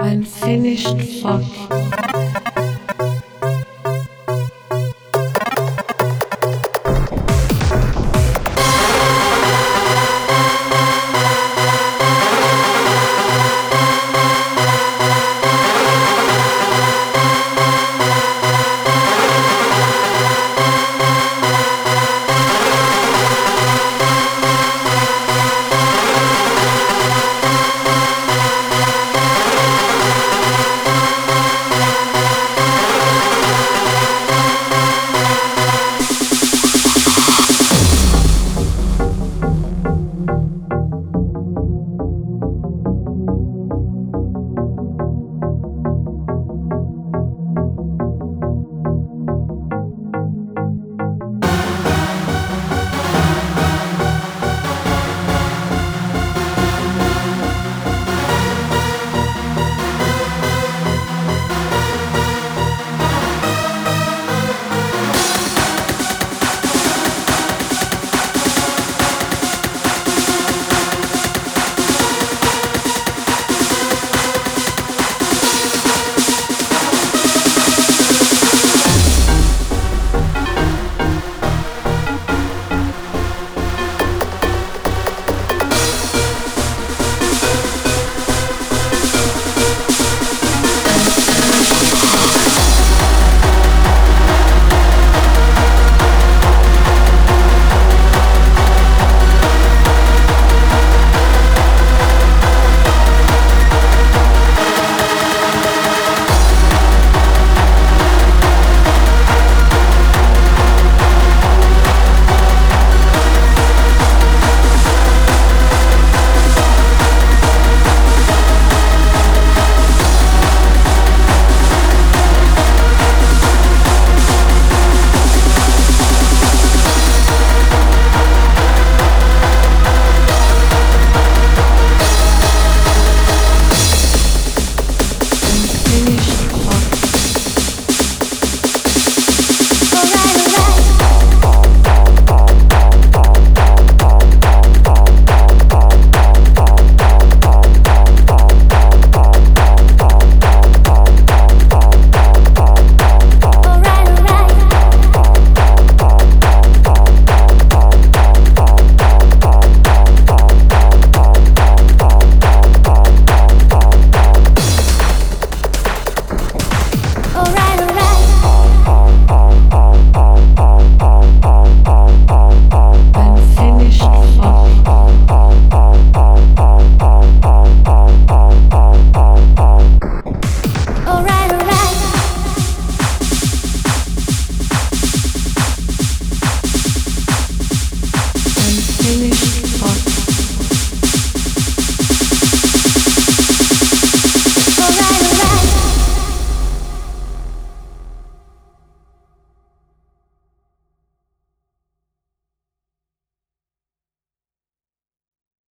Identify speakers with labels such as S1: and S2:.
S1: unfinished fuck.